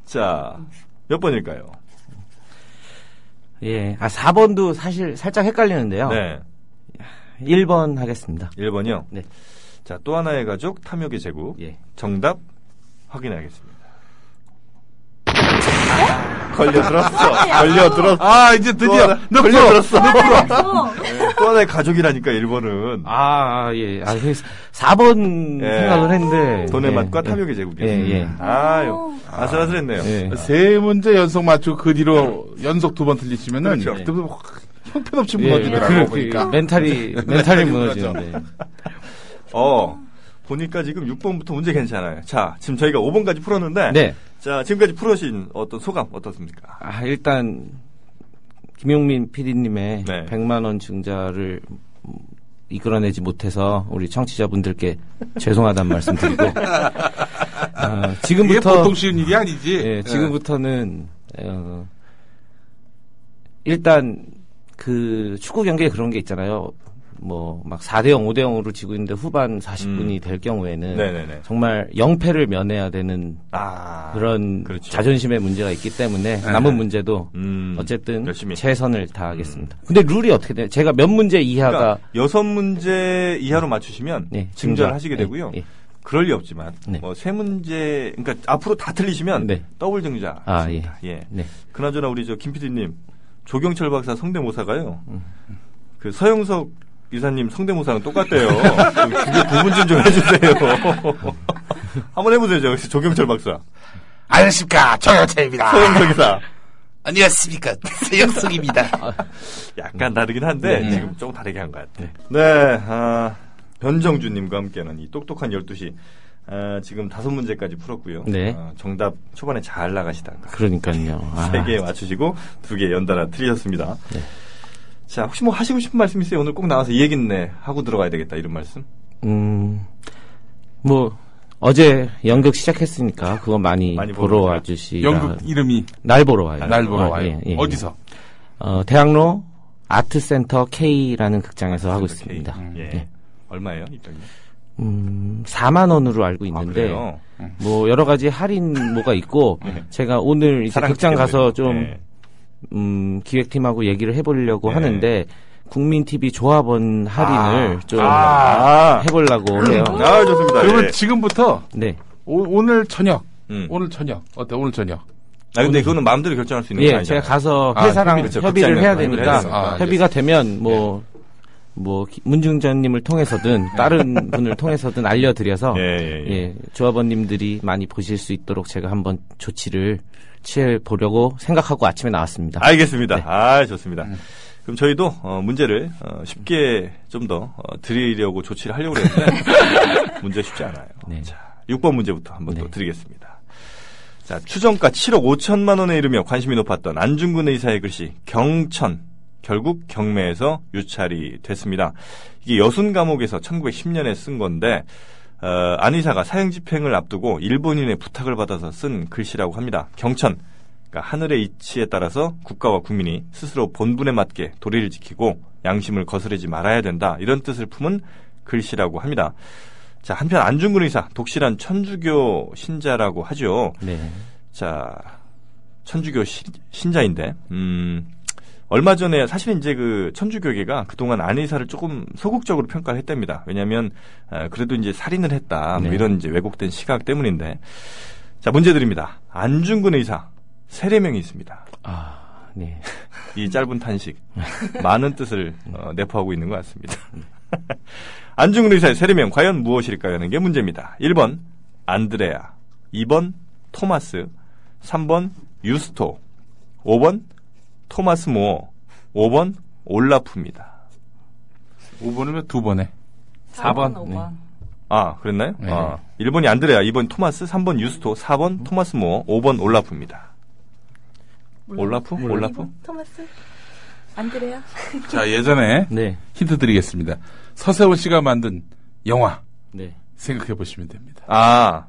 S1: 자, 몇 번일까요?
S2: 예. 아, 4번도 사실 살짝 헷갈리는데요.
S1: 네.
S2: 1번 하겠습니다.
S1: 1번이요.
S2: 네.
S1: 자, 또 하나의 가족, 탐욕의 제국.
S2: 예.
S1: 정답 확인하겠습니다.
S2: 어?
S1: 걸려들었어.
S2: 아,
S1: 걸려들었어.
S3: 아, 이제 드디어.
S1: 또 하나-
S3: 너
S1: 걸려들었어.
S4: 아,
S1: 또 하나의 가족이라니까, 1번은.
S2: 아, 아, 예. 아, 그래서 4번
S1: 예.
S2: 생각을 했는데.
S1: 돈의
S2: 예,
S1: 맛과
S2: 예.
S1: 탐욕의 제국이요.
S2: 예, 예.
S1: 아유, 아슬아슬했네요.
S2: 예.
S3: 세 문제 연속 맞추고 그 뒤로 연속 두 번 틀리시면은
S2: 음,
S1: 그렇죠.
S3: 그때부터 확 형편없이
S2: 예,
S3: 무너지더라고
S2: 그- 그
S3: 보니까.
S2: 멘탈이 멘탈이 무너지는데.
S1: 어, 보니까 지금 6번부터 문제 괜찮아요. 자, 지금 저희가 5번까지 풀었는데,
S2: 네.
S1: 자, 지금까지 풀으신 어떤 소감 어떻습니까?
S2: 아, 일단 김용민 PD님의
S1: 네.
S2: 100만 원 증자를 음, 이끌어내지 못해서 우리 청취자분들께 죄송하다는 말씀 드리고 아,
S3: 이게
S2: 지금부터
S3: 보통 쉬운 일이 아니지.
S1: 네.
S2: 예, 지금부터는 어, 일단 그 축구 경기에 그런 게 있잖아요. 뭐 막 4대 0, 5대 0으로 지고 있는데 후반 40분이 될 경우에는
S1: 음. 네네네.
S2: 정말 영패를 면해야 되는
S1: 아,
S2: 그런
S1: 그렇죠. 네.
S2: 자존심의 문제가 있기 때문에 남은 문제도
S1: 음,
S2: 어쨌든
S1: 열심히. 음.
S2: 최선을 다하겠습니다. 근데 룰이 어떻게 돼요? 제가 몇 문제 이하가
S1: 그러니까 여섯 문제 이하로 맞추시면
S2: 아, 네,
S1: 증자를
S2: 증가.
S1: 하시게
S2: 예,
S1: 되고요.
S2: 예.
S1: 그럴 리 없지만,
S2: 네.
S1: 뭐 세 문제, 그러니까 앞으로 다 틀리시면
S2: 네.
S1: 더블 증자.
S2: 아, 예.
S1: 예.
S2: 네.
S1: 그나저나 우리 저 김PD님 조경철 박사 성대모사가요.
S2: 음,
S1: 그 서영석 이사님 성대모사랑 똑같대요. 그게 부분 좀 좀 해주세요.
S2: 음.
S1: 한번 해보세요, 저 역시 조경철 박사,
S5: 안녕하십니까 정영철입니다.
S1: 서영석 이사.
S5: 안녕하십니까 서영석입니다.
S1: 약간 다르긴 한데 지금 조금 다르게 한 것 같아. 네, 아, 변정주님과 함께하는 이 똑똑한 12시. 아, 지금 다섯 문제까지 풀었고요.
S2: 네.
S1: 아, 정답 초반에 잘 나가시다가
S2: 그러니까요. 아, 네.
S1: 세 개 맞추시고 두 개 연달아 틀리셨습니다. 자, 혹시 뭐 하시고 싶은 말씀 있어요? 오늘 꼭 나와서 이 얘기네 하고 들어가야 되겠다 이런 말씀?
S2: 음, 뭐 어제 연극 시작했으니까 그거 많이,
S1: 많이 보러
S2: 보러
S1: 오세요.
S2: 와주시.
S3: 연극 이름이
S2: 날 보러 와요.
S3: 날
S2: 어,
S3: 보러 와요.
S2: 예, 예.
S3: 어디서?
S2: 어, 대학로 아트센터 K라는 극장에서 하고
S1: 오케이.
S2: 있습니다.
S1: 음, 예.
S2: 예.
S1: 얼마예요 입장료?
S2: 음, 4만 원으로 알고
S1: 아
S2: 있는데
S1: 그래요?
S2: 뭐 여러 가지 할인 뭐가 있고
S1: 네.
S2: 제가 오늘 이제
S1: 사랑
S2: 극장 가서
S1: 티켓을.
S2: 좀
S1: 예.
S2: 음, 기획팀하고 얘기를 해보려고
S1: 네.
S2: 하는데 국민 TV 조합원 할인을 좀
S1: 아,
S2: 해보려고 해요.
S1: 아 좋습니다.
S3: 그러면
S1: 예.
S3: 지금부터
S2: 네,
S3: 오, 늘 저녁,
S1: 음.
S3: 오늘 저녁 어때? 오늘 저녁.
S1: 아 근데 그거는 마음대로 결정할 수 있는 거
S2: 예,
S1: 아니잖아요.
S2: 제가 가서
S3: 아,
S2: 회사랑
S3: 협의를
S1: 했죠.
S2: 협의를 해야
S1: 극장에서 예.
S2: 되니까
S1: 협의를
S3: 했어요. 아,
S2: 협의가 되면 뭐. 뭐 기- 문중전님을 통해서든 다른 분을 통해서든 알려드려서
S1: 예, 예, 예.
S2: 예, 조합원님들이 많이 보실 수 있도록 제가 한번 조치를 취해 보려고 생각하고 아침에 나왔습니다.
S1: 알겠습니다. 아 좋습니다. 그럼 저희도 어, 문제를 어, 쉽게 좀 더 어, 드리려고 조치를 하려고 했는데 문제 쉽지 않아요.
S2: 네.
S1: 자, 6번 문제부터 한번 또
S2: 네.
S1: 드리겠습니다. 자, 추정가 7억 5천만 원에 이르며 관심이 높았던 안중근 의사의 글씨 경천 결국 경매에서 유찰이 됐습니다. 이게 여순 감옥에서 1910년에 쓴 건데 어, 안 의사가 사형 집행을 앞두고 일본인의 부탁을 받아서 쓴 글씨라고 합니다. 경천 그러니까 하늘의 이치에 따라서 국가와 국민이 스스로 본분에 맞게 도리를 지키고 양심을 거스르지 말아야 된다 이런 뜻을 품은 글씨라고 합니다. 자 한편 안중근 의사 독실한 천주교 신자라고 하죠.
S2: 네.
S1: 자 천주교 시- 신자인데 음, 얼마 전에 사실 이제 그 천주교계가 그동안 안 의사를 조금 소극적으로 평가를 했답니다. 왜냐하면 어, 그래도 이제 살인을 했다 뭐
S2: 네.
S1: 이런 이제 왜곡된 시각 때문인데 자 문제드립니다. 안중근 의사 세례명이 있습니다.
S2: 아, 네.
S1: 이 짧은 탄식 많은 뜻을 어, 내포하고 있는 것 같습니다. 안중근 의사의 세례명 과연 무엇일까요? 하는 게 문제입니다. 1번 안드레아, 2번 토마스, 3번 유스토, 5번 토마스 모어, 5번 올라프입니다.
S3: 5번이면 두 번에.
S2: 사번,
S4: 5번.
S1: 아, 그랬나요?
S3: 네.
S1: 아, 1번이 안드레아, 2번 토마스, 3번 유스토, 4번 토마스 모어, 5번 올라프입니다. 올라프? 올라프?
S4: 네 토마스? 안드레야?
S3: 자, 예전에
S2: 네.
S3: 힌트 드리겠습니다. 서세원 씨가 만든 영화
S2: 네.
S3: 생각해 보시면 됩니다.
S1: 아,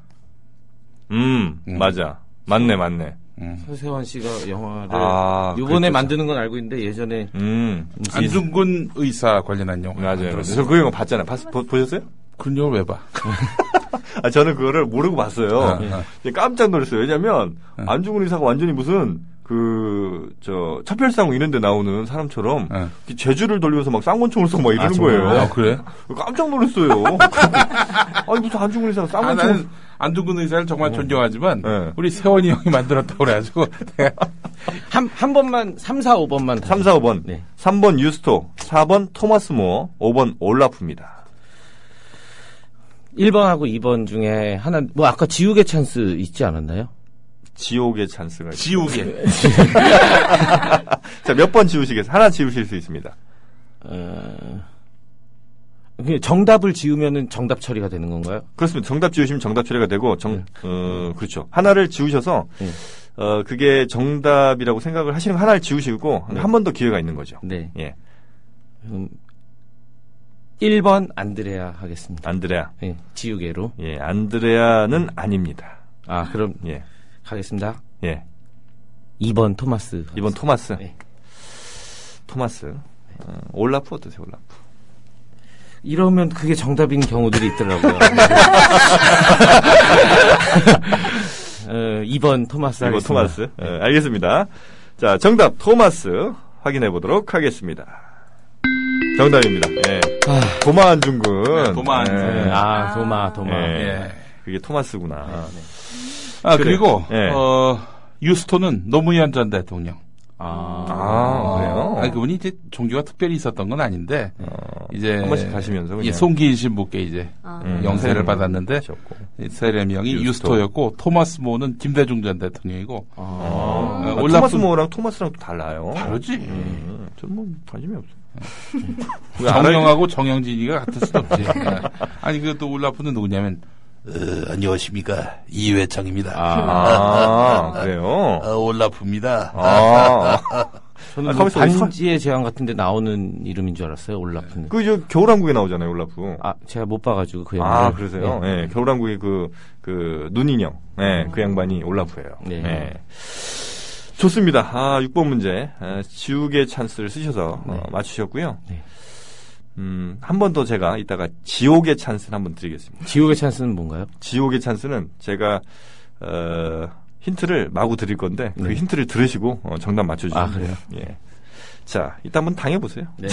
S1: 음,
S3: 음.
S1: 맞아. 맞네, 맞네.
S3: 음.
S2: 서세원 씨가 영화를
S1: 아,
S2: 이번에
S1: 그랬었죠.
S2: 만드는 건 알고 있는데 예전에
S1: 음,
S3: 안중근 의사 관련한 영화.
S1: 맞아요.
S3: 만들었어요.
S1: 그래서 그 영화 봤잖아요. 봤- 보, 보셨어요?
S3: 그런 영화 왜 봐?
S1: 아, 저는 그거를 모르고 봤어요.
S3: 아, 아.
S1: 이제 깜짝 놀랐어요. 왜냐면,
S3: 아.
S1: 안중근 의사가 완전히 무슨, 그, 저, 차별상 이런 데 나오는 사람처럼,
S3: 아.
S1: 이렇게 제주를 돌리면서 막 쌍권총을 쏘고 막 이러는
S3: 정말?
S1: 거예요.
S3: 아, 그래?
S1: 깜짝 놀랐어요. 아니, 무슨 안중근 의사가
S3: 아, 음.
S1: 쌍권총을.
S3: 나는 안중근 의사를 정말 존경하지만
S1: 네.
S3: 우리 세원이 형이 만들었다고 그래가지고 내가
S2: 한, 한 번만, 3, 4, 5번만.
S1: 3, 4, 5번.
S2: 네.
S1: 3번 유스토, 4번 토마스 모어, 5번 올라프입니다.
S2: 1번하고 2번 중에 하나, 뭐 아까 지우개 찬스 있지 않았나요?
S1: 지옥의 찬스가 있
S3: 지우개.
S1: 자, 몇 번 지우시겠어요? 하나 지우실 수 있습니다.
S2: 어, 그냥 정답을 지우면은 정답 처리가 되는 건가요?
S1: 그렇습니다. 정답 지우시면 정답 처리가 되고, 정, 어, 그렇죠. 하나를 지우셔서,
S2: 네.
S1: 어, 그게 정답이라고 생각을 하시는 거 하나를 지우시고, 한 번 더 기회가 있는 거죠.
S2: 네.
S1: 예.
S2: 그럼 1번 안드레아 하겠습니다.
S1: 안드레아.
S2: 예, 지우개로.
S1: 예, 안드레아는 아닙니다.
S2: 아, 그럼
S1: 예.
S2: 가겠습니다.
S1: 예.
S2: 2번 토마스.
S1: 이번 토마스.
S2: 네.
S1: 토마스. 어, 올라프 어떠세요, 올라프?
S2: 이러면 그게 정답인 경우들이 있더라고요. 어, 2번 토마스
S1: 이번
S2: 하겠습니다. 네.
S1: 토마스. 예, 알겠습니다. 자, 정답, 토마스. 확인해 보도록 하겠습니다. 정답입니다. 예. 도마 안중근.
S3: 네, 도마 안중근.
S2: 아. 네,
S1: 예.
S2: 아, 도마, 도마.
S1: 예.
S3: 예.
S1: 그게 토마스구나.
S3: 아
S1: 그래요.
S3: 그리고
S1: 예.
S3: 어, 유스톤은 노무현 전 대통령.
S2: 아,
S1: 아, 그래요?
S3: 아니, 그분이 이제 종교가 특별히 있었던 건 아닌데 이제
S1: 한 번씩 가시면서 그냥.
S3: 예, 송기인 신부께 이제
S4: 아.
S3: 영세를
S1: 음.
S3: 받았는데
S1: 셨고
S3: 이 세례명이
S1: 유스토.
S3: 유스토. 였고 토마스 모는 김대중 전 대통령이고
S1: 아,
S3: 어, 올라프-
S1: 토마스 모랑 토마스랑 또 달라요.
S3: 다르지.
S1: 음, 전뭐 관심이 없어요. 왜 알아요?
S3: 그 정영하고 정영진이가 같을 수도 없지. 네. 아니 그또 울라프는 누구냐면
S5: 어, 안녕하십니까 이회창입니다.
S1: 아, 그래요?
S5: 어, 올라프입니다.
S1: 아,
S2: 저는
S1: 아,
S2: 그
S1: 가만있어, 어디
S2: 반지의 제왕 같은데 나오는 이름인 줄 알았어요, 올라프는.
S1: 그, 저, 겨울왕국에 나오잖아요, 올라프.
S2: 아, 제가 못 봐가지고 그 영화를.
S1: 아, 그러세요? 예, 겨울왕국의 그, 그, 눈인형. 예, 그 양반이 올라프예요
S2: 네.
S1: 예. 좋습니다. 아, 6번 문제. 아, 지우개 찬스를 쓰셔서 어, 맞추셨고요.
S2: 네.
S1: 음, 한 번 더 제가 이따가 지옥의 찬스를 한번 드리겠습니다.
S2: 지옥의 찬스는 뭔가요?
S1: 지옥의 찬스는 제가, 어, 힌트를 마구 드릴 건데, 그
S2: 네.
S1: 힌트를 들으시고 어, 정답 맞춰주세요.
S2: 아, 그래요?
S1: 예. 자, 일단 한번 당해보세요.
S2: 네.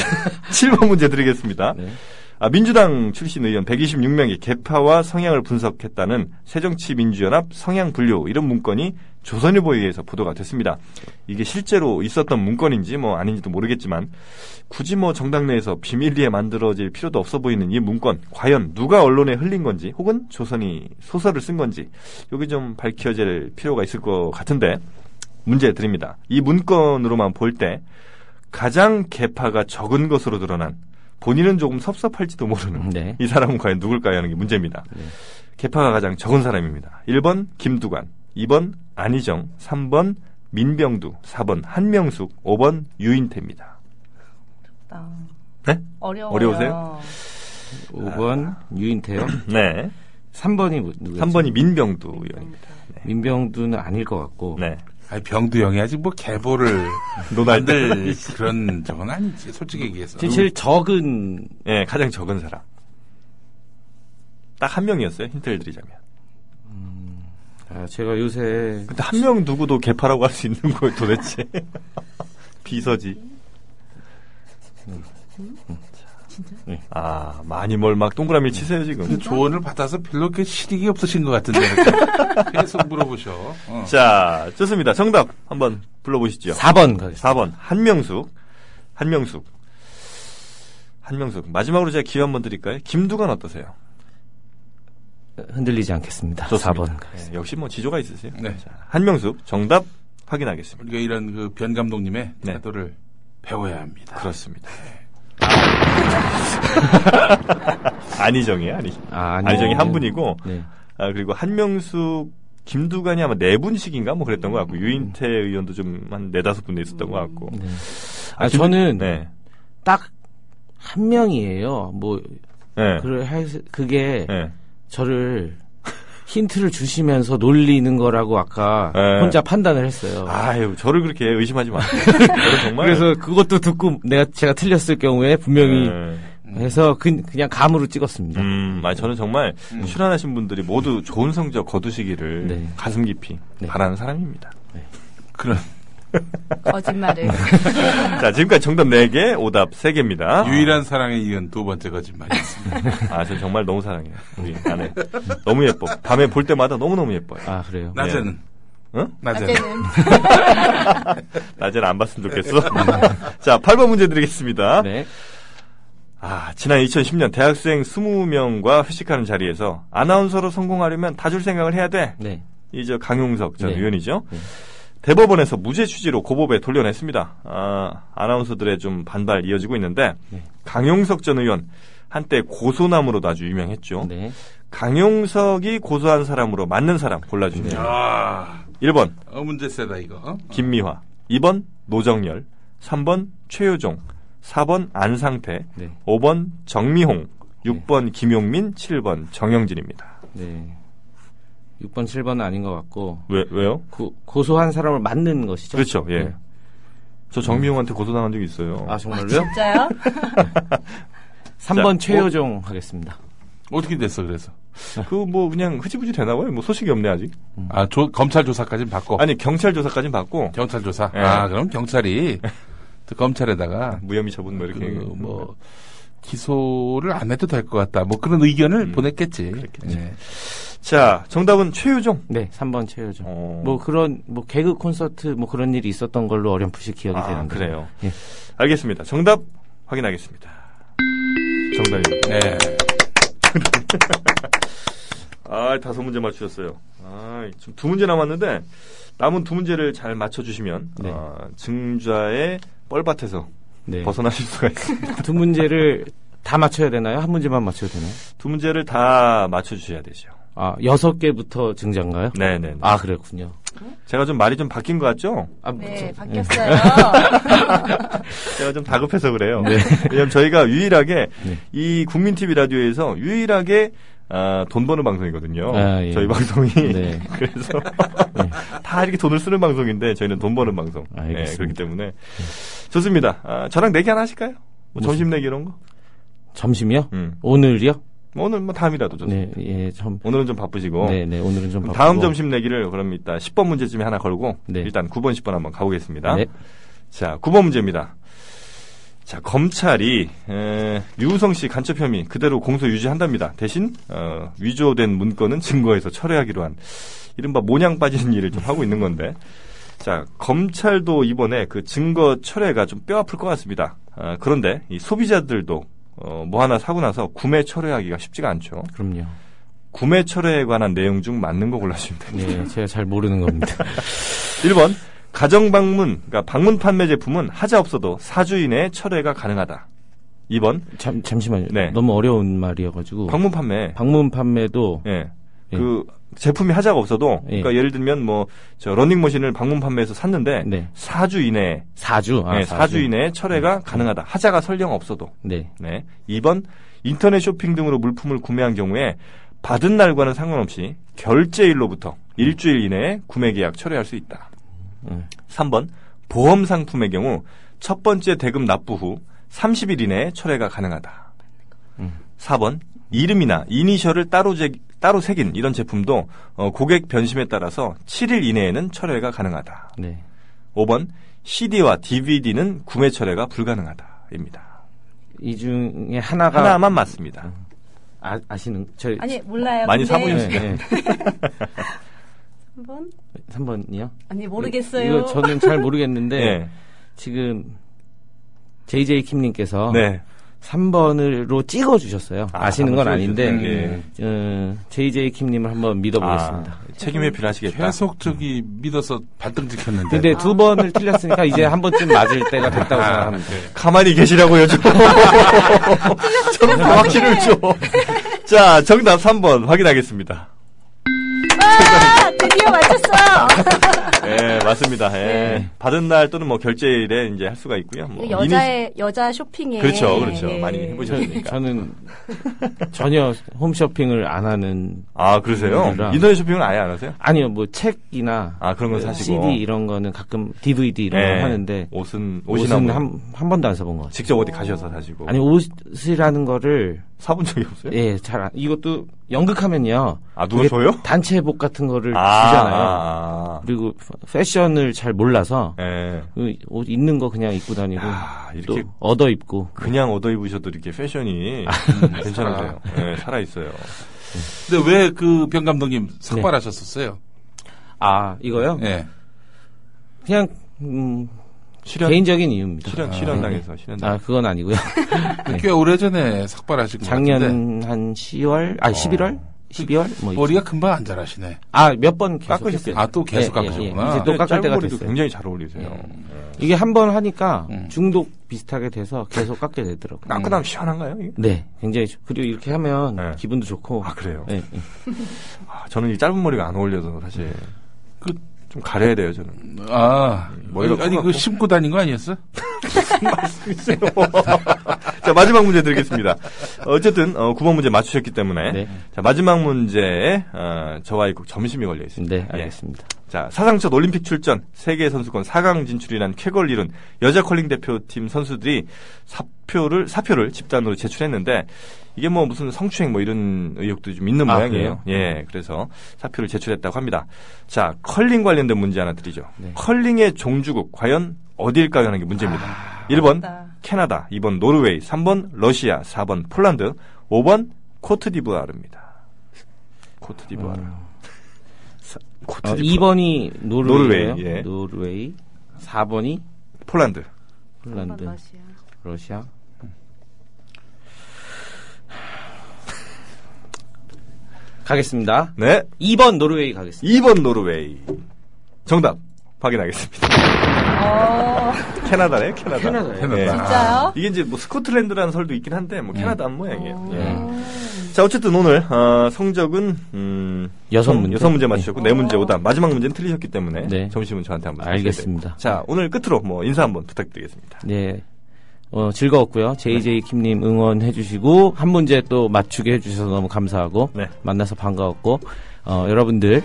S1: 7번 문제 드리겠습니다.
S2: 네.
S1: 아, 민주당 출신 의원 126명이 개파와 성향을 분석했다는 새정치민주연합 성향분류 이런 문건이 조선일보에 의해서 보도가 됐습니다. 이게 실제로 있었던 문건인지 뭐 아닌지도 모르겠지만 굳이 뭐 정당 내에서 비밀리에 만들어질 필요도 없어 보이는 이 문건 과연 누가 언론에 흘린 건지 혹은 조선이 소설을 쓴 건지 여기 좀 밝혀질 필요가 있을 것 같은데 문제 드립니다. 이 문건으로만 볼 때 가장 개파가 적은 것으로 드러난 본인은 조금 섭섭할지도 모르는
S2: 네.
S1: 이 사람은 과연 누굴까요 하는 게 문제입니다. 개파가 가장 적은 사람입니다. 1번 김두관, 2번 안희정, 3번 민병두, 4번 한명숙, 5번 유인태입니다.
S4: 나
S1: 네?
S4: 어려워요.
S1: 어려우세요?
S2: 5번 유인태요.
S1: 네.
S2: 3번이 누구였죠?
S1: 아. 3번이 민병두 의원입니다.
S2: 민병두는 아닐 것 같고.
S1: 네.
S3: 아니, 병두형이 아직 뭐 개보를
S1: 노날들.
S3: 만들 그런 적은 아니지 솔직히 얘기해서. 음.
S2: 제-
S1: 그-
S2: 제일 적은
S1: 예, 가장 적은 사람. 딱 한 명이었어요. 힌트를 드리자면.
S2: 아, 제가 요새
S1: 근데 한 명 누구도 개파라고 할 수 있는 거예요, 도대체. 비서지. 음.
S2: 네.
S1: 아, 많이 뭘 막 동그라미 치세요, 지금.
S3: 조언을 받아서 별로 이렇게 실익이 없으신 것 같은데 계속 물어보셔. 어.
S1: 자, 좋습니다. 정답 한번 불러보시죠.
S2: 4번 가겠습니다.
S1: 4번 한명숙. 한명숙. 한명숙. 마지막으로 제가 기회 한번 드릴까요? 김두관 어떠세요?
S2: 흔들리지 않겠습니다.
S1: 좋습니다.
S2: 4번.
S1: 네, 역시 뭐 지조가 있으세요.
S3: 네.
S1: 자, 한명숙 정답 확인하겠습니다.
S3: 우리가 이런 그 변 감독님의
S1: 네.
S3: 태도를 배워야 합니다.
S1: 그렇습니다. 안희정이에요, 안희정.
S2: 아, 아니요.
S1: 안희정이 한 분이고,
S2: 네.
S1: 아, 그리고 한명숙, 김두관이 아마 네 분씩인가 뭐 그랬던 것 같고, 유인태 의원도 좀 한 네다섯 분 있었던 것 같고.
S2: 네. 아, 저는
S1: 네.
S2: 딱 한 명이에요. 뭐
S1: 네.
S2: 그를 할 수- 그게
S1: 네.
S2: 저를 힌트를 주시면서 놀리는 거라고 아까
S1: 네.
S2: 혼자 판단을 했어요.
S1: 아유, 저를 그렇게 의심하지 마세요. 저를 정말.
S2: 그래서 그것도 듣고 내가 제가 틀렸을 경우에 분명히
S1: 네.
S2: 해서 그, 그냥 감으로 찍었습니다.
S1: 음, 아 저는 정말 출연하신 분들이 모두 좋은 성적 거두시기를
S2: 네.
S1: 가슴 깊이
S2: 네.
S1: 바라는 사람입니다.
S3: 그런
S4: 거짓말을.
S1: 자, 지금까지 정답 4개, 오답 3개입니다.
S3: 유일한 사랑에 이은 두 번째 거짓말이었습니다.
S1: 아, 저 정말 너무 사랑해요. 우리 아내. 너무 예뻐. 밤에 볼 때마다 너무너무 예뻐요.
S2: 아 그래요.
S1: 네.
S3: 낮에는
S1: 응?
S3: 낮에는
S4: 낮에는
S1: 낮에는 안 봤으면 좋겠어. 자, 8번 문제 드리겠습니다.
S2: 네.
S1: 아, 지난 2010년 대학생 20명과 회식하는 자리에서 아나운서로 성공하려면 다 줄 생각을 해야 돼.
S2: 네.
S1: 이 저 강용석 전
S2: 네.
S1: 의원이죠.
S2: 네.
S1: 대법원에서 무죄 취지로 고법에 돌려냈습니다. 아, 아나운서들의 좀 반발 이어지고 있는데
S2: 네.
S1: 강용석 전 의원 한때 고소남으로도 아주 유명했죠.
S2: 네.
S1: 강용석이 고소한 사람으로 맞는 사람 골라주세요.
S2: 네.
S3: 아,
S1: 1번
S3: 어, 문제 세다 이거.
S1: 김미화, 2번 노정열, 3번 최효종, 4번 안상태,
S2: 네.
S1: 5번 정미홍, 6번 김용민, 7번 정영진입니다.
S2: 네. 6번, 7번은 아닌 것 같고
S1: 왜 왜요?
S2: 고, 고소한 사람을 맞는 것이죠.
S1: 그렇죠. 예.
S2: 네.
S1: 저 정미홍한테 고소당한 적이 있어요.
S2: 아 정말로요?
S4: 진짜요?
S2: 3번
S1: 자, 뭐?
S2: 최효종 하겠습니다.
S3: 어떻게 됐어 그래서?
S1: 그 뭐 그냥 흐지부지 되나 봐요. 뭐 소식이 없네 아직.
S3: 아, 조- 검찰 조사까지는 받고.
S2: 뭐.
S1: 아니 경찰 조사까지는 받고
S3: 경찰 조사.
S1: 예.
S3: 아, 그럼 경찰이 또 검찰에다가
S1: 무혐의 처분 뭐 이렇게
S3: 그 뭐 기소를 안 해도 될 것 같다. 뭐 그런 의견을 보냈겠지. 예.
S1: 자, 정답은 최유종.
S2: 네, 3번 최효종.
S1: 어.
S2: 뭐 그런 뭐 개그 콘서트 뭐 그런 일이 있었던 걸로 어렴풋이 기억이
S1: 아,
S2: 되는데.
S1: 그래요.
S2: 예.
S1: 알겠습니다. 정답 확인하겠습니다. 정답입니다.
S3: 네.
S1: 아, 다섯 문제 맞추셨어요. 아, 지금 두 문제 남았는데 남은 두 문제를 잘 맞춰 주시면
S2: 네.
S1: 아, 증자의 뻘밭에서
S2: 네.
S1: 벗어나실 수가 있습니다.
S2: 두 문제를 다 맞춰야 되나요? 한 문제만 맞춰도 되나요?
S1: 두 문제를 다 맞춰 주셔야 되죠.
S2: 아, 여섯 개부터 증자인가요?
S1: 네, 네. 네.
S2: 아, 그랬군요.
S1: 제가 좀 말이 좀 바뀐 것 같죠?
S2: 아,
S4: 네,
S1: 음.
S2: 저-
S4: 바뀌었어요.
S1: 제가 좀 다급해서 그래요. 왜냐면 저희가 유일하게
S2: 네.
S1: 이 국민 TV 라디오에서 유일하게 아, 돈 버는 방송이거든요.
S2: 아, 예.
S1: 저희 방송이
S2: 네.
S1: 그래서 다 이렇게 돈을 쓰는 방송인데 저희는 돈 버는 방송. 예,
S2: 알겠습니다. 네.
S1: 그렇기 때문에 좋습니다. 아, 저랑 내기 하나 하실까요? 뭐 점심 내기 이런 거?
S2: 점심이요?
S1: 음.
S2: 오늘이요?
S1: 뭐 오늘 뭐 다음이라도 좋습니다.
S2: 네, 예, 점.
S1: 오늘은 좀 바쁘시고
S2: 네, 네, 오늘은 좀
S1: 그럼
S2: 바쁘고.
S1: 어. 다음 점심 내기를 그럼 이따 10번 문제쯤에 하나 걸고
S2: 네.
S1: 일단 9번 10번 한번 가보겠습니다.
S2: 네.
S1: 자, 9번 문제입니다. 자, 검찰이 에, 유우성 씨 간첩 혐의 그대로 공소 유지한답니다. 대신 어, 위조된 문건은 증거에서 철회하기로 한 이른바 모냥 빠지는 일을 좀 하고 있는 건데 자, 검찰도 이번에 그 증거 철회가 좀 뼈 아플 것 같습니다. 아, 그런데 이 소비자들도 어, 뭐 하나 사고 나서 구매 철회하기가 쉽지가 않죠.
S2: 그럼요.
S1: 구매 철회에 관한 내용 중 맞는 거 골라주시면 됩니다.
S2: 예, 제가 잘 모르는 겁니다.
S1: 1번 가정 방문 그러니까 방문 판매 제품은 하자 없어도 4주 이내에 철회가 가능하다. 2번
S2: 잠, 잠시만요.
S1: 네.
S2: 너무 어려운 말이어가지고.
S1: 방문 판매
S2: 방문 판매도
S1: 예.
S2: 음. 예.
S1: 그 제품이 하자가 없어도
S2: 예.
S1: 그러니까 예를 들면 뭐 저 러닝머신을 방문 판매해서 샀는데
S2: 네.
S1: 4주 이내에
S2: 4주. 아,
S1: 예, 4주 이내에 철회가 가능하다. 하자가 설령 없어도.
S2: 네.
S1: 네. 2번 인터넷 쇼핑 등으로 물품을 구매한 경우에 받은 날과는 상관없이 결제일로부터 일주일 이내에 구매 계약 철회할 수 있다.
S2: 음.
S1: 3번 보험 상품의 경우 첫 번째 대금 납부 후 30일 이내에 철회가 가능하다. 음. 4번 이름이나 이니셜을 따로 제- 따로 새긴 이런 제품도 어, 고객 변심에 따라서 7일 이내에는 철회가 가능하다.
S2: 네.
S1: 5번 CD와 DVD는 구매 철회가 불가능하다입니다.
S2: 이 중에 하나가.
S1: 하나만 맞습니다.
S2: 아, 아시는, 저,
S4: 아니, 몰라요.
S1: 많이
S4: 근데
S1: 사모님.
S2: 네, 네.
S4: 한번 네.
S2: 3번이요?
S4: 아니, 모르겠어요.
S2: 이거 네.
S1: 예.
S2: 저는 잘 모르겠는데.
S1: 네.
S2: 지금 JJ 킴님께서
S1: 네.
S2: 3번으로 찍어 주셨어요.
S1: 아,
S2: 아, 시는건
S1: 한번
S2: 아닌데
S1: 찍어주셨네.
S2: 어, JJ kim님을 한번 믿어보겠습니다.
S1: 아, 책임 회피하시겠다.
S3: 계속 저기 믿어서 발등 찍혔는데.
S2: 근데 두 번을 틀렸으니까 이제 한 번쯤 맞을 때가
S1: 아,
S2: 됐다고 생각합니다.
S1: 예. 가만히 계시라고요, 좀. 저는
S2: 아, 네.
S1: 확신을 줘. 자, 정답 3번 확인하겠습니다.
S4: 와, 아, 드디어 맞췄어.
S1: 예, 맞습니다. 예.
S2: 네.
S1: 받은 날 또는 뭐 결제일에 이제 할 수가 있고요. 뭐
S4: 그 여자의 여자 쇼핑에
S1: 그렇죠, 그렇죠.
S4: 예.
S1: 많이 해보셨으니까.
S2: 저는 전혀 홈쇼핑을 안 하는
S1: 아, 그러세요?
S2: 그러니까.
S1: 인터넷 쇼핑은 아예 안 하세요?
S2: 아니요 뭐 책이나
S1: 아, 그런 건 사시고.
S2: CD 이런 거는 가끔 DVD 이런
S1: 예.
S2: 거 하는데
S1: 옷은, 옷이나
S2: 옷은
S1: 뭐
S2: 한 한 번도 안 써본 것 같아요.
S1: 직접 어디 가셔서 사시고.
S2: 아니 옷이라는 거를
S1: 사본 적이 없어요?
S2: 예 잘 안, 이것도 연극하면요
S1: 아, 누가
S2: 그게
S1: 저요?
S2: 단체복 같은 거를
S1: 아,
S2: 주잖아요.
S1: 아, 아.
S2: 그리고 패션을 잘 몰라서
S1: 예.
S2: 그옷 입는 거 그냥 입고 다니고
S1: 아,
S2: 또
S1: 이렇게
S2: 얻어 입고
S1: 그냥 얻어 입으셔도 이렇게 패션이 괜찮으세요. 예, 살아있어요.
S3: 근데 왜 그 병 감독님 삭발하셨었어요?
S2: 아 이거요?
S1: 네.
S3: 예.
S2: 그냥 음,
S1: 실현,
S2: 개인적인 이유입니다.
S1: 실현,
S3: 아,
S1: 실현당에서, 실현당.
S2: 아 그건 아니고요.
S3: 꽤 오래전에 삭발하신 것 같은데.
S2: 작년 한 10월,
S1: 어.
S2: 아 11월, 12월 뭐
S3: 머리가 금방 안 자라시네.
S2: 아몇 번 계속
S1: 깎으셨어요?
S2: 했어요.
S3: 아, 또 계속
S2: 예, 예,
S3: 깎으셨구나.
S2: 예. 이제 또 깎을 때가
S1: 짧은 머리도
S2: 됐어요.
S1: 굉장히 잘 어울리세요.
S2: 이게 한 번 하니까
S3: 음.
S2: 중독 비슷하게 돼서 계속 깎게 되더라고요.
S1: 깎고 나면 아, 그 시원한가요? 이게?
S2: 네, 굉장히 좋- 그리고 이렇게 하면
S1: 네.
S2: 기분도 좋고.
S1: 아, 그래요?
S2: 네, 네.
S1: 아, 저는 이 짧은 머리가 안 어울려서 사실
S3: 그-
S1: 좀 가려야 돼요 저는.
S3: 아,
S1: 머리가
S3: 아니
S1: 커갖고.
S3: 그 심고 다닌 거 아니었어?
S1: 자 마지막 문제 드리겠습니다. 어쨌든 어, 9번 문제 맞추셨기 때문에
S2: 네.
S1: 자 마지막 문제에 어, 저와의 곡 점심이 걸려 있습니다.
S2: 네,
S1: 예.
S2: 알겠습니다.
S1: 자 사상 첫 올림픽 출전, 세계 선수권 4강 진출이란 쾌거를 이룬 여자 컬링 대표팀 선수들이 사표를 사표를 집단으로 제출했는데 이게 뭐 무슨 성추행 뭐 이런 의혹도 좀 있는
S2: 아,
S1: 모양이에요. 예, 그래서 사표를 제출했다고 합니다. 자 컬링 관련된 문제 하나 드리죠.
S2: 네.
S1: 컬링의 종주국 과연 어디일까요 하는 게 문제입니다.
S2: 아,
S1: 1번
S4: 어렵다.
S1: 캐나다, 2번 노르웨이, 3번 러시아, 4번 폴란드, 5번 코트디부아르입니다. 코트디부아르. 사-
S2: 어,
S1: 코트디부아르.
S2: 2번이 노르웨이예요.
S1: 노르웨이, 예.
S2: 노르웨이. 4번이
S1: 폴란드.
S2: 폴란드,
S4: 러시아.
S2: 러시아. 음. 가겠습니다.
S1: 네.
S2: 2번 노르웨이 가겠습니다.
S1: 2번 노르웨이. 정답 확인하겠습니다.
S4: 어,
S1: 캐나다네요, 캐나다.
S2: 캐나다예요. 네.
S1: 예.
S4: 진짜요?
S1: 이게 이제 뭐 스코틀랜드라는 설도 있긴 한데 뭐 캐나다 안 모양이에요. 예.
S2: 예.
S1: 자, 어쨌든 오늘 어, 성적은 음,
S2: 여섯
S1: 성-
S2: 문제.
S1: 여섯 문제 맞추셨고 네
S4: 어.
S1: 문제 오답. 마지막 문제는 틀리셨기 때문에
S2: 네.
S1: 점심은 저한테 한번 주셔야
S2: 알겠습니다.
S1: 돼요. 자, 오늘 끝으로 뭐 인사 한번 부탁드리겠습니다.
S2: 네. 어, 즐거웠고요. JJ 킴님 응원해주시고 한 문제 또 맞추게 해주셔서 너무 감사하고
S1: 네.
S2: 만나서 반가웠고 어, 여러분들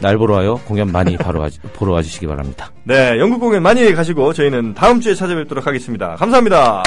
S2: 날 보러 와요. 공연 많이 바로 와, 보러 와주시기 바랍니다.
S1: 네, 영국 공연 많이 가시고 저희는 다음 주에 찾아뵙도록 하겠습니다. 감사합니다.